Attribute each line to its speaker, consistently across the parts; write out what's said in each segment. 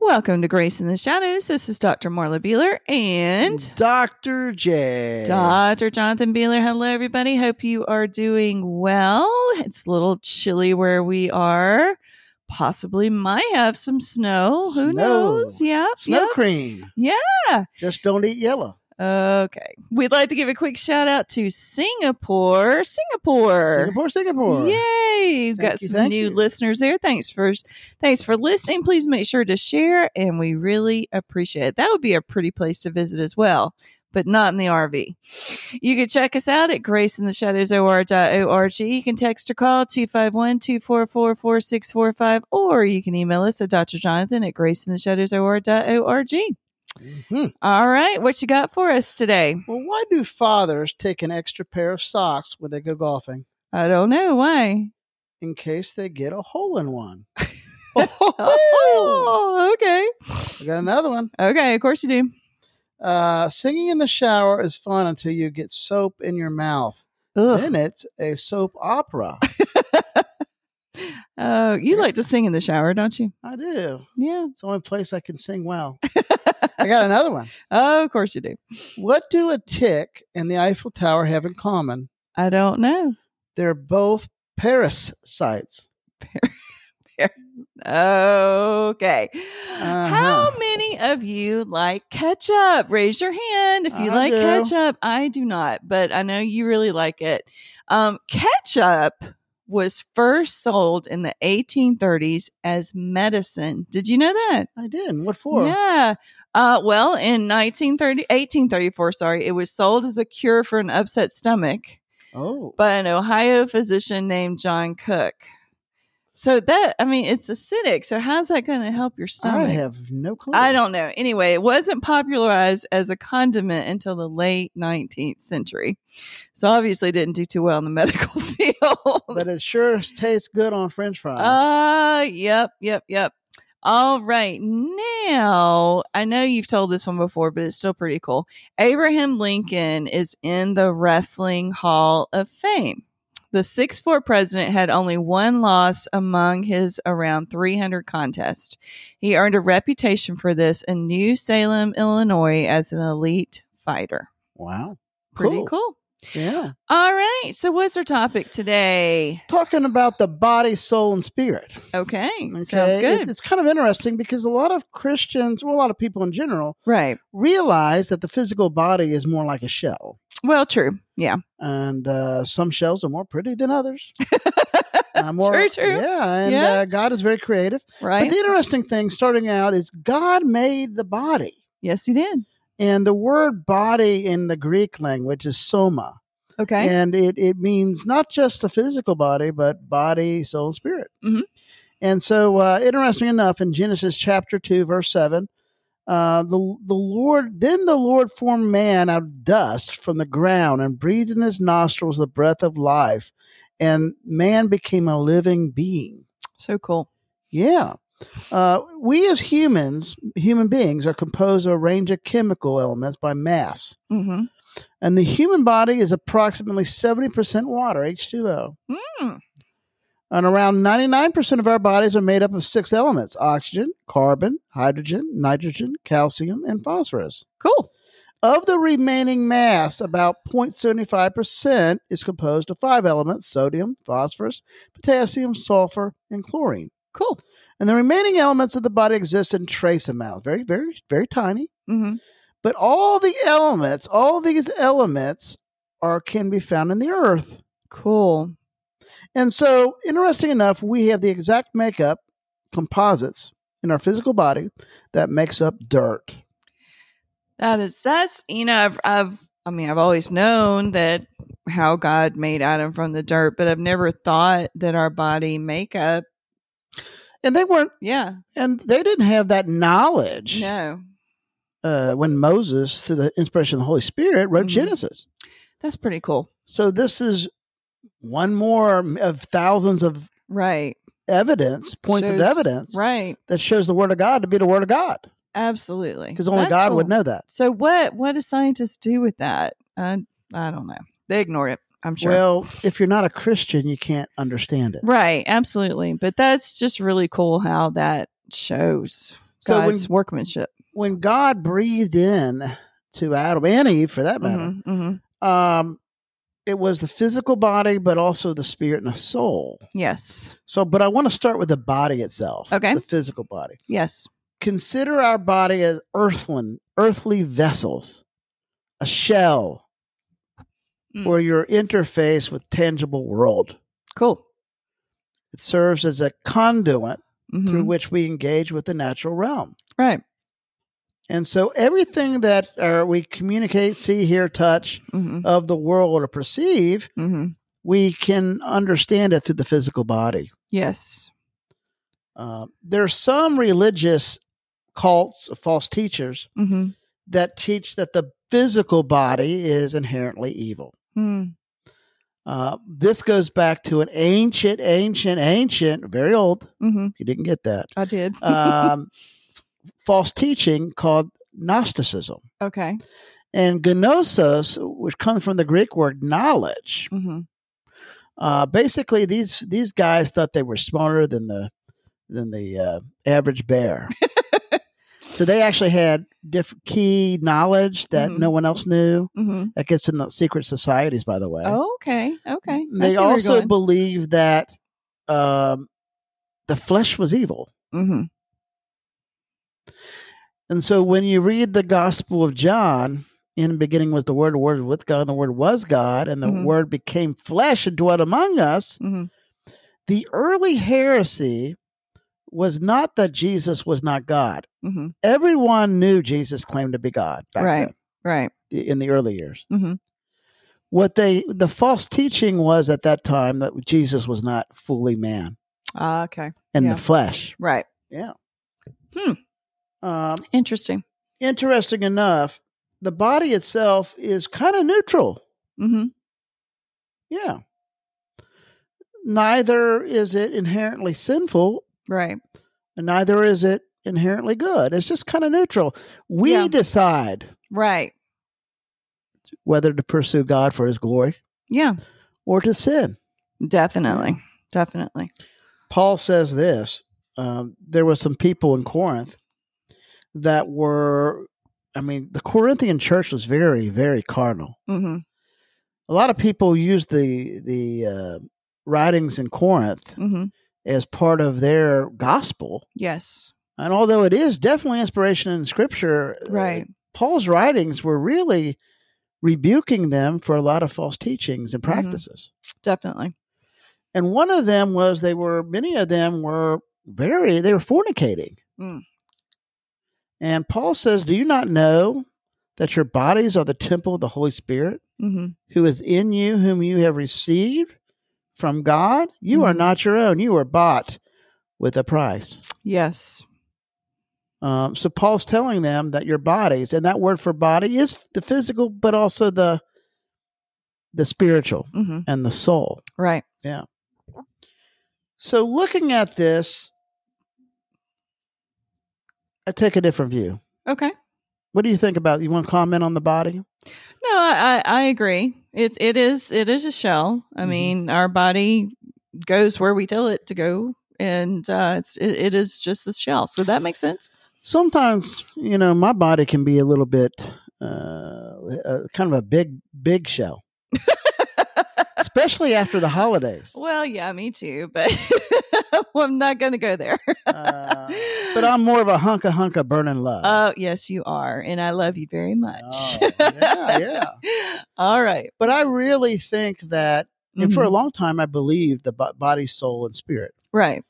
Speaker 1: Welcome to Grace in the Shadows. This is Dr. Marla Beeler and
Speaker 2: Dr. J.
Speaker 1: Dr. Jonathan Beeler. Hello, everybody. Hope you are doing well. It's a little chilly where we are. Possibly might have some snow. Who
Speaker 2: Snow.
Speaker 1: knows? Yeah.
Speaker 2: Snow cream.
Speaker 1: Yeah.
Speaker 2: Just don't eat yellow.
Speaker 1: Okay. We'd like to give a quick shout out to Singapore. Singapore.
Speaker 2: Singapore, Singapore.
Speaker 1: Yay! We've
Speaker 2: Thank
Speaker 1: got
Speaker 2: you,
Speaker 1: some
Speaker 2: thank
Speaker 1: new
Speaker 2: you.
Speaker 1: listeners there. Thanks for thanks for listening. Please make sure to share, and we really appreciate it. That would be a pretty place to visit as well, but not in the RV. You can check us out at graceintheshadowsor.org. You can text or call 251-244-4645, or you can email us at Dr. Jonathan at graceintheshadowsor.org.
Speaker 2: Mhm.
Speaker 1: All right, what you got for us today?
Speaker 2: Well, why do fathers take an extra pair of socks when they go golfing
Speaker 1: I don't know why.
Speaker 2: in case they get a hole in one? I
Speaker 1: Oh, okay.
Speaker 2: got another one.
Speaker 1: Okay, of course you do.
Speaker 2: Uh, singing in the shower is fun until you get soap in your mouth.
Speaker 1: Ugh.
Speaker 2: Then it's a soap opera.
Speaker 1: Oh, you like to sing in the shower, don't you?
Speaker 2: I do.
Speaker 1: Yeah.
Speaker 2: It's the only place I can sing well. I got another one.
Speaker 1: Oh, of course you do.
Speaker 2: What do a tick and the Eiffel Tower have in common?
Speaker 1: I don't know.
Speaker 2: They're both parasites.
Speaker 1: Okay. How
Speaker 2: Uh-huh.
Speaker 1: many of you like ketchup? Raise your hand if you
Speaker 2: I
Speaker 1: like
Speaker 2: do.
Speaker 1: ketchup. I do not, but I know you really like it. Um, ketchup was first sold in the 1830s as medicine. Did you know that?
Speaker 2: I did. What for?
Speaker 1: Yeah. Uh, well, in 1930, 1834, sorry, it was sold as a cure for an upset stomach.
Speaker 2: Oh.
Speaker 1: by an Ohio physician named John Cook. So that I mean, it's acidic. So how's that going to help your
Speaker 2: I
Speaker 1: stomach?
Speaker 2: have no clue.
Speaker 1: I don't know. Anyway, it wasn't popularized as a condiment until the late 19th century. So obviously, it didn't do too well in the medical field.
Speaker 2: But it sure tastes good on French fries.
Speaker 1: Uh, yep, yep, yep. All right. Now, I know you've told this one before, but it's still pretty cool. Abraham Lincoln is in the Wrestling Hall of Fame. The 6'4 president had only one loss among his around 300 contests. He earned a reputation for this in New Salem, Illinois, as an elite fighter.
Speaker 2: wow.
Speaker 1: Pretty
Speaker 2: Cool.
Speaker 1: cool.
Speaker 2: Yeah.
Speaker 1: All right. So, what's our topic today?
Speaker 2: Talking about the body, soul, and spirit.
Speaker 1: Okay. Sounds
Speaker 2: Okay?
Speaker 1: good.
Speaker 2: It- it's kind of interesting because a lot of Christians, well, a lot of people in general,
Speaker 1: right.
Speaker 2: realize that the physical body is more like a shell.
Speaker 1: Well, true. Yeah.
Speaker 2: And uh, some shells are more pretty than others. Uh,
Speaker 1: True, true.
Speaker 2: Yeah. And
Speaker 1: Yeah.
Speaker 2: Uh, God is very creative.
Speaker 1: Right.
Speaker 2: But the interesting thing starting out is God made the body.
Speaker 1: yes, he did.
Speaker 2: And the word body in the Greek language is soma.
Speaker 1: Okay.
Speaker 2: And it, it means not just the physical body, but body, soul, spirit.
Speaker 1: Mhm.
Speaker 2: And so, uh, interesting enough, in Genesis chapter 2, verse 7, uh, the, the Lord, then the Lord formed man out of dust from the ground and breathed in his nostrils the breath of life. And man became a living being.
Speaker 1: So cool.
Speaker 2: Yeah. Uh, we as humans, human beings, are composed of a range of chemical elements by mass.
Speaker 1: Mm-hmm.
Speaker 2: And the human body is approximately 70% water, H2O.
Speaker 1: Mm.
Speaker 2: And around 99% of our bodies are made up of six elements oxygen, carbon, hydrogen, nitrogen, calcium, and phosphorus.
Speaker 1: Cool.
Speaker 2: Of the remaining mass, about 0.75% is composed of five elements sodium, phosphorus, potassium, sulfur, and chlorine.
Speaker 1: Cool.
Speaker 2: And the remaining elements of the body exist in trace amounts, very, very, very tiny.
Speaker 1: Mm-hmm.
Speaker 2: But all the elements, all these elements are can be found in the earth.
Speaker 1: Cool.
Speaker 2: And so, interesting enough, we have the exact makeup composites in our physical body that makes up dirt.
Speaker 1: That is. That's. You know. I've. I've. I mean, I've always known that how God made Adam from the dirt, but I've never thought that our body makeup.
Speaker 2: And they weren't
Speaker 1: Yeah.
Speaker 2: and they didn't have that knowledge
Speaker 1: No.
Speaker 2: uh, when Moses, through the inspiration of the Holy Spirit, wrote
Speaker 1: Mhm.
Speaker 2: Genesis.
Speaker 1: That's pretty cool.
Speaker 2: So this is one more of thousands of
Speaker 1: Right.
Speaker 2: evidence, points of
Speaker 1: Shows-
Speaker 2: evidence.
Speaker 1: Right.
Speaker 2: that shows the word of God to be the word of God
Speaker 1: Absolutely.
Speaker 2: because only
Speaker 1: That's
Speaker 2: God
Speaker 1: cool.
Speaker 2: would know that.
Speaker 1: So what? What do scientists do with that? I. I don't know. They ignored it. I'm sure.
Speaker 2: Well, if you're not a Christian, you can't understand it.
Speaker 1: Right, absolutely. But that's just really cool how that shows.
Speaker 2: So when-
Speaker 1: God's workmanship.
Speaker 2: When God breathed in to Adam and Eve, for that matter,
Speaker 1: Mhm, mhm.
Speaker 2: um, it was the physical body, but also the spirit and the soul.
Speaker 1: Yes.
Speaker 2: So, but I want to start with the body itself.
Speaker 1: Okay.
Speaker 2: The physical body.
Speaker 1: Yes.
Speaker 2: Consider our body as earthling, earthly vessels, a shell,
Speaker 1: Mm.
Speaker 2: or your interface with tangible world.
Speaker 1: Cool.
Speaker 2: It serves as a conduit
Speaker 1: Mhm.
Speaker 2: through which we engage with the natural realm.
Speaker 1: Right.
Speaker 2: And so everything that uh, we communicate, see, hear, touch
Speaker 1: hmm
Speaker 2: of the world or perceive,
Speaker 1: hmm
Speaker 2: we can understand it through the physical body.
Speaker 1: Yes.
Speaker 2: Uh, there's some religious cults, false teachers,
Speaker 1: hmm
Speaker 2: that teach that the physical body is inherently evil.
Speaker 1: Mm.
Speaker 2: Uh, this goes back to an ancient, ancient, ancient, very old.
Speaker 1: hmm
Speaker 2: You didn't get that.
Speaker 1: I did.
Speaker 2: Um, f- false teaching called Gnosticism.
Speaker 1: okay.
Speaker 2: And gnosis, which comes from the Greek word knowledge,
Speaker 1: hmm
Speaker 2: uh, basically these these guys thought they were smarter than the than the uh, average bear. so they actually had diff- key knowledge that
Speaker 1: Mhm.
Speaker 2: no one else knew.
Speaker 1: hmm
Speaker 2: That gets in the secret societies, by the way.
Speaker 1: okay. Oh, Okay. I
Speaker 2: they
Speaker 1: see where you're
Speaker 2: also
Speaker 1: going.
Speaker 2: believed that um, the flesh was evil.
Speaker 1: Mhm.
Speaker 2: And so when you read the Gospel of John, in the beginning was the Word, the Word was with God, and the Word was God, and the
Speaker 1: Mhm.
Speaker 2: Word became flesh and dwelt among us.
Speaker 1: Mhm.
Speaker 2: The early heresy was not that Jesus was not God.
Speaker 1: Mhm.
Speaker 2: Everyone knew Jesus claimed to be God back
Speaker 1: Right. Right.
Speaker 2: then in the early years.
Speaker 1: Mhm.
Speaker 2: What they the false teaching was at that time that Jesus was not fully man
Speaker 1: Ah, okay.
Speaker 2: in
Speaker 1: Yeah.
Speaker 2: the flesh.
Speaker 1: Right.
Speaker 2: Yeah.
Speaker 1: Hmm.
Speaker 2: Um,
Speaker 1: Interesting.
Speaker 2: interesting enough, the body itself is kind of neutral.
Speaker 1: hmm
Speaker 2: Yeah. Neither is it inherently sinful,
Speaker 1: Right.
Speaker 2: and neither is it inherently good. It's just kind of neutral. We
Speaker 1: Yeah.
Speaker 2: decide
Speaker 1: Right.
Speaker 2: whether to pursue God for his glory
Speaker 1: Yeah.
Speaker 2: or to sin.
Speaker 1: Definitely. Definitely.
Speaker 2: Paul says this um, there was some people in Corinth that were, I mean, the Corinthian church was very, very carnal.
Speaker 1: hmm
Speaker 2: A lot of people use the, the uh, writings in Corinth
Speaker 1: hmm
Speaker 2: as part of their gospel.
Speaker 1: Yes.
Speaker 2: And although it is definitely inspiration in scripture, uh,
Speaker 1: Right.
Speaker 2: Paul's writings were really rebuking them for a lot of false teachings and
Speaker 1: Mhm.
Speaker 2: practices.
Speaker 1: Definitely.
Speaker 2: And one of them was they were, many of them were very, they were fornicating.
Speaker 1: Mm.
Speaker 2: And Paul says, Do you not know that your bodies are the temple of the Holy Spirit
Speaker 1: hmm
Speaker 2: who is in you, whom you have received from God? You are
Speaker 1: Mhm.
Speaker 2: not your own, you were bought with a price.
Speaker 1: Yes.
Speaker 2: Um, so Paul's telling them that your bodies, and that word for body is the physical, but also the the spiritual
Speaker 1: hmm
Speaker 2: and the soul.
Speaker 1: Right.
Speaker 2: So looking at this, I take a different view.
Speaker 1: Okay.
Speaker 2: What do you think about? You want to comment on the body?
Speaker 1: No, I, I I agree. It it is it is a shell. I
Speaker 2: Mhm.
Speaker 1: mean, our body goes where we tell it to go, and uh, it's it, it is just a shell. So that makes sense.
Speaker 2: Sometimes you know my body can be a little bit uh, uh, kind of a big big shell, especially after the holidays.
Speaker 1: well, yeah, me too, but I'm not going to go there.
Speaker 2: Uh, but I'm more of a hunka hunka burning love.
Speaker 1: Oh, yes, you are, and I love you very much.
Speaker 2: Oh, yeah, yeah.
Speaker 1: All right.
Speaker 2: But I really think that and for a
Speaker 1: Mhm.
Speaker 2: long time i believed the bo- body soul and spirit
Speaker 1: right.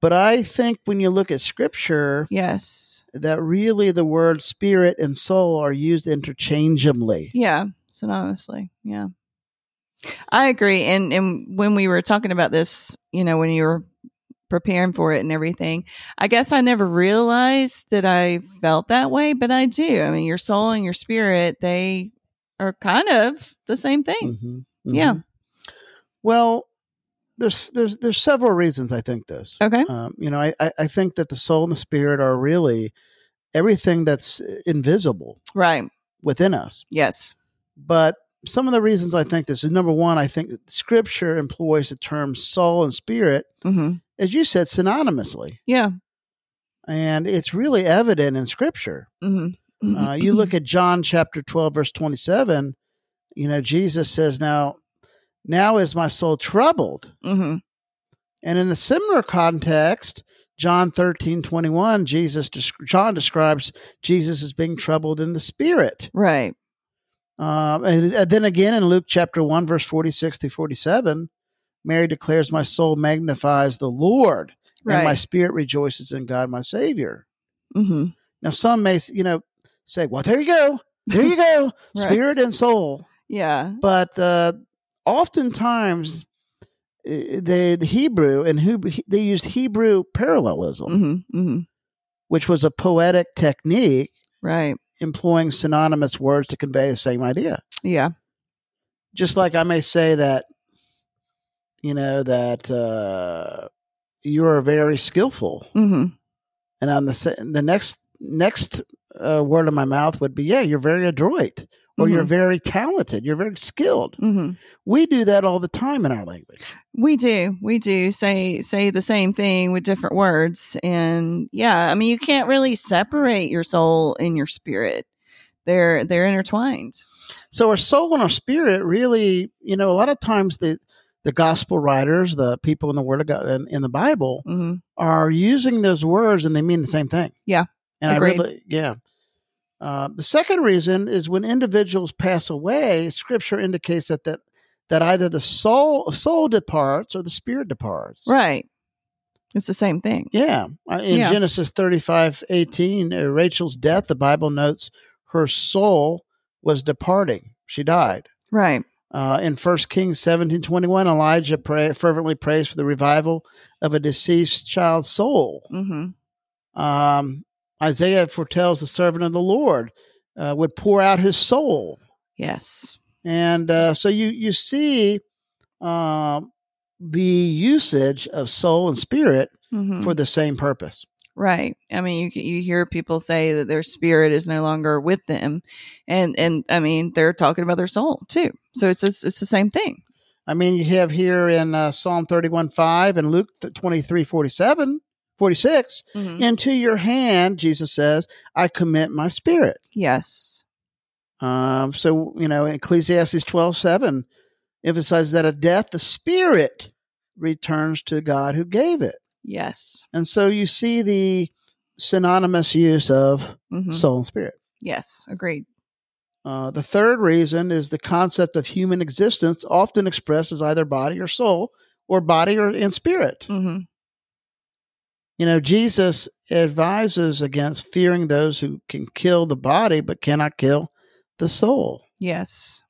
Speaker 2: but i think when you look at scripture
Speaker 1: Yes.
Speaker 2: that really the word spirit and soul are used interchangeably
Speaker 1: Yeah. Synonymously. Yeah. I agree. And and when we were talking about this, you know, when you were preparing for it and everything, I guess I never realized that I felt that way, but I do. I mean, your soul and your spirit, they are kind of the same thing.
Speaker 2: Mhm,
Speaker 1: Yeah.
Speaker 2: mhm. well there's there's there's several reasons i think this
Speaker 1: Okay.
Speaker 2: um, you know I, I i think that the soul and the spirit are really everything that's uh, invisible
Speaker 1: Right.
Speaker 2: within us
Speaker 1: Yes. but
Speaker 2: but some of the reasons i think this is number one i think that scripture employs the term soul and spirit
Speaker 1: hmm
Speaker 2: as you said synonymously
Speaker 1: Yeah.
Speaker 2: And it's really evident in scripture.
Speaker 1: Mm-hmm.
Speaker 2: Uh, you look at John chapter 12, verse 27, you know, Jesus says, Now, now is my soul troubled.
Speaker 1: hmm
Speaker 2: And in a similar context, John 13, 21, Jesus, desc- John describes Jesus as being troubled in the spirit.
Speaker 1: Right.
Speaker 2: Um, and, and then again in Luke chapter 1, verse 46 through 47, Mary declares, My soul magnifies the Lord,
Speaker 1: Right.
Speaker 2: and my spirit rejoices in God, my Savior.
Speaker 1: hmm
Speaker 2: Now, some may, s- you know, say, Well, there you go. There you go.
Speaker 1: Right.
Speaker 2: Spirit and soul.
Speaker 1: Yeah.
Speaker 2: But uh, oftentimes, eh, they, the Hebrew and who they used Hebrew parallelism,
Speaker 1: hmm hmm
Speaker 2: which was a poetic technique
Speaker 1: Right.
Speaker 2: employing synonymous words to convey the same idea.
Speaker 1: Yeah.
Speaker 2: just like I may say that, you know, that uh, you are very skillful,
Speaker 1: hmm
Speaker 2: and on the se- the next next uh, word in my mouth would be, yeah, you're very adroit, or you're very talented, you're very skilled.
Speaker 1: hmm
Speaker 2: We do that all the time in our language.
Speaker 1: We do. We do say say the same thing with different words. And yeah, I mean you can't really separate your soul and your spirit. They're they're intertwined.
Speaker 2: So our soul and our spirit really, you know, a lot of times the the gospel writers, the people in the Word of God in, in the Bible,
Speaker 1: hmm
Speaker 2: are using those words and they mean the same thing.
Speaker 1: Yeah.
Speaker 2: And
Speaker 1: Agreed.
Speaker 2: I really, yeah. Uh, the second reason is when individuals pass away, scripture indicates that that, that either the soul soul departs or the spirit departs.
Speaker 1: Right. It's the same thing.
Speaker 2: Yeah. Uh, In
Speaker 1: Yeah.
Speaker 2: Genesis thirty five eighteen, uh, Rachel's death, the Bible notes her soul was departing. She died.
Speaker 1: Right.
Speaker 2: Uh, in 1 Kings seventeen twenty one, Elijah pray, fervently prays for the revival of a deceased child's soul.
Speaker 1: hmm
Speaker 2: um, Isaiah foretells the servant of the Lord uh, would pour out his soul,
Speaker 1: Yes.
Speaker 2: and uh, so you you see um, the usage of soul and spirit
Speaker 1: hmm
Speaker 2: for the same purpose.
Speaker 1: Right. I mean, you you hear people say that their spirit is no longer with them, and and I mean they're talking about their soul too. So it's it's, it's the same thing.
Speaker 2: I mean, you have here in uh, Psalm thirty one five and Luke twenty three forty seven. 46 into your hand jesus says i commit my spirit
Speaker 1: Yes.
Speaker 2: um, so you know ecclesiastes twelve seven emphasizes that at death the spirit returns to god who gave it
Speaker 1: Yes.
Speaker 2: and so you see the synonymous use of
Speaker 1: hmm
Speaker 2: soul and spirit
Speaker 1: Yes. Agreed.
Speaker 2: uh, the third reason is the concept of human existence often expressed as either body or soul or body or in spirit
Speaker 1: hmm
Speaker 2: you know jesus advises against fearing those who can kill the body but cannot kill the soul
Speaker 1: Yes.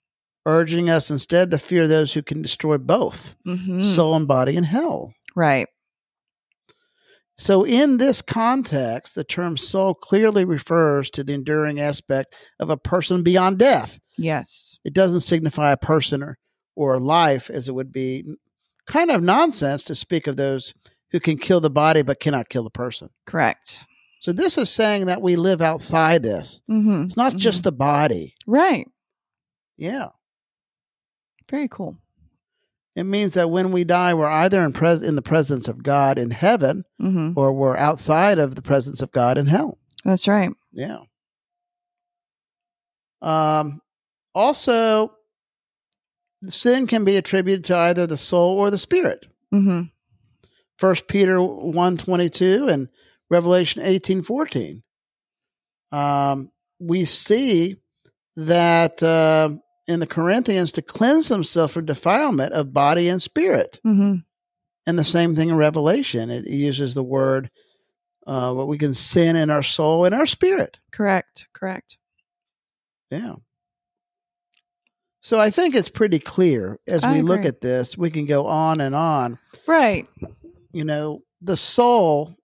Speaker 2: urging us instead to fear those who can destroy both
Speaker 1: hmm
Speaker 2: soul and body in hell
Speaker 1: right.
Speaker 2: So, in this context, the term soul clearly refers to the enduring aspect of a person beyond death.
Speaker 1: Yes.
Speaker 2: It doesn't signify a person or, or a life, as it would be kind of nonsense to speak of those who can kill the body but cannot kill the person.
Speaker 1: Correct.
Speaker 2: So, this is saying that we live outside this.
Speaker 1: hmm
Speaker 2: It's not
Speaker 1: Mhm.
Speaker 2: just the body.
Speaker 1: Right.
Speaker 2: Yeah.
Speaker 1: Very cool.
Speaker 2: It means that when we die, we're either in, pres- in the presence of God in heaven
Speaker 1: hmm
Speaker 2: or we're outside of the presence of God in hell.
Speaker 1: That's right.
Speaker 2: Yeah. Um, also, sin can be attributed to either the soul or the spirit.
Speaker 1: hmm
Speaker 2: First Peter 1 and Revelation eighteen fourteen. Um, we see that um in the Corinthians to cleanse himself from defilement of body and spirit.
Speaker 1: hmm
Speaker 2: And the same thing in Revelation. It uses the word, uh, what we can sin in our soul and our spirit.
Speaker 1: Correct. Correct.
Speaker 2: Yeah. So I think it's pretty clear as
Speaker 1: I
Speaker 2: we look
Speaker 1: agree.
Speaker 2: at this, we can go on and on.
Speaker 1: Right.
Speaker 2: You know, the soul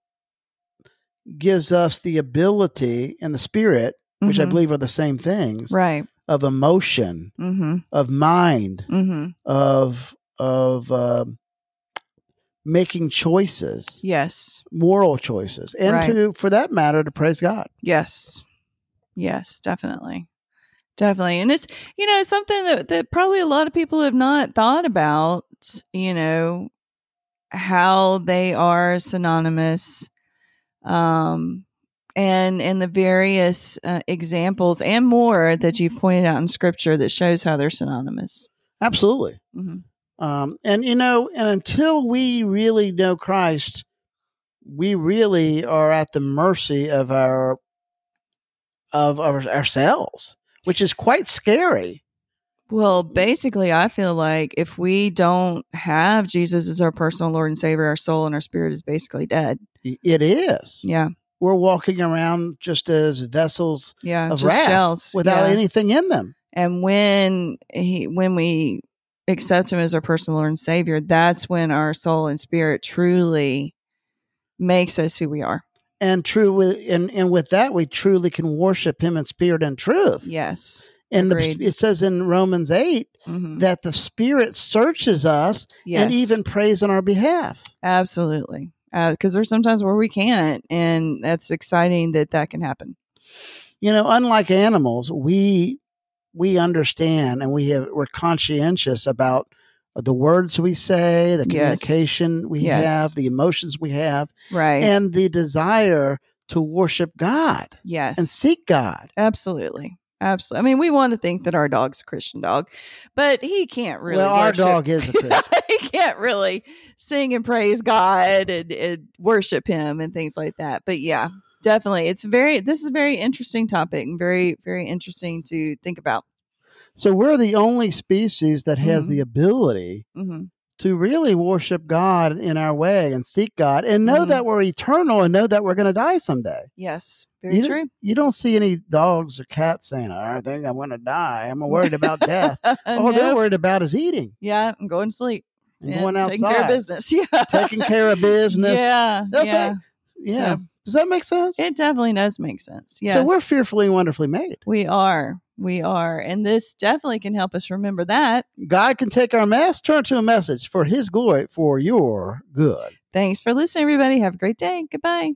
Speaker 2: gives us the ability and the spirit, which I
Speaker 1: Mhm.
Speaker 2: believe are the same things,
Speaker 1: Right.
Speaker 2: of emotion,
Speaker 1: hmm
Speaker 2: of mind,
Speaker 1: hmm
Speaker 2: of of um making choices,
Speaker 1: Yes.
Speaker 2: moral choices, and
Speaker 1: Right.
Speaker 2: to, for that matter, to praise God.
Speaker 1: Yes. Yes, definitely. Definitely. And it's, you know, something that, that probably a lot of people have not thought about, you know, how they are synonymous um, and and the various uh, examples and more that you pointed out in Scripture that shows how they're synonymous.
Speaker 2: Absolutely.
Speaker 1: hmm
Speaker 2: Um, and you know, and until we really know Christ, we really are at the mercy of our of our, ourselves, which is quite scary.
Speaker 1: Well, basically, I feel like if we don't have Jesus as our personal Lord and Savior, our soul and our spirit is basically dead.
Speaker 2: It is.
Speaker 1: Yeah,
Speaker 2: We're walking around just as vessels
Speaker 1: yeah,
Speaker 2: Of
Speaker 1: just
Speaker 2: wrath,
Speaker 1: shells
Speaker 2: without
Speaker 1: yeah.
Speaker 2: anything in them.
Speaker 1: And when he, when we accept him as our personal Lord and Savior, that's when our soul and spirit truly makes us who we are.
Speaker 2: And true with and, and with that we truly can worship him in spirit and truth.
Speaker 1: Yes.
Speaker 2: and the,
Speaker 1: agreed.
Speaker 2: it says in Romans 8
Speaker 1: hmm
Speaker 2: that the spirit searches us
Speaker 1: Yes.
Speaker 2: and even prays on our behalf.
Speaker 1: absolutely. Because there's sometimes where we can't, and that's exciting that that can happen.
Speaker 2: you know unlike animals we we understand and we have we're conscientious about the words we say the
Speaker 1: Yes.
Speaker 2: communication we
Speaker 1: Yes.
Speaker 2: have the emotions we have
Speaker 1: Right.
Speaker 2: and the desire to worship god
Speaker 1: yes.
Speaker 2: and seek god
Speaker 1: Absolutely. Absolutely. I mean, we want to think that our dog's a Christian dog, but he can't really.
Speaker 2: well
Speaker 1: worship-
Speaker 2: our dog is a Christian.
Speaker 1: he can't really sing and praise God and, and worship Him and things like that. But yeah, definitely, it's very. This is a very interesting topic and very, very interesting to think about.
Speaker 2: so we're the only species that has
Speaker 1: Mhm.
Speaker 2: the ability
Speaker 1: hmm
Speaker 2: to really worship god in our way and seek god and know
Speaker 1: Mhm.
Speaker 2: that we're eternal and know that we're going to die someday
Speaker 1: Yes, very
Speaker 2: You know-
Speaker 1: true.
Speaker 2: you don't see any dogs or cats saying, I think I'm going to die. I'm worried about death. All they're
Speaker 1: No.
Speaker 2: worried about is eating
Speaker 1: yeah, I'm going to sleep
Speaker 2: and, going outside,
Speaker 1: taking care of business. Yeah,
Speaker 2: taking care of business.
Speaker 1: Yeah,
Speaker 2: That's
Speaker 1: yeah.
Speaker 2: right. Yeah.
Speaker 1: So-
Speaker 2: Does that make sense?
Speaker 1: It definitely does make sense. Yes.
Speaker 2: So we're fearfully and wonderfully made.
Speaker 1: we are. We are. And this definitely can help us remember that.
Speaker 2: God can take our mess, turn it to a message for his glory, for your good.
Speaker 1: Thanks for listening, everybody. Have a great day. Goodbye.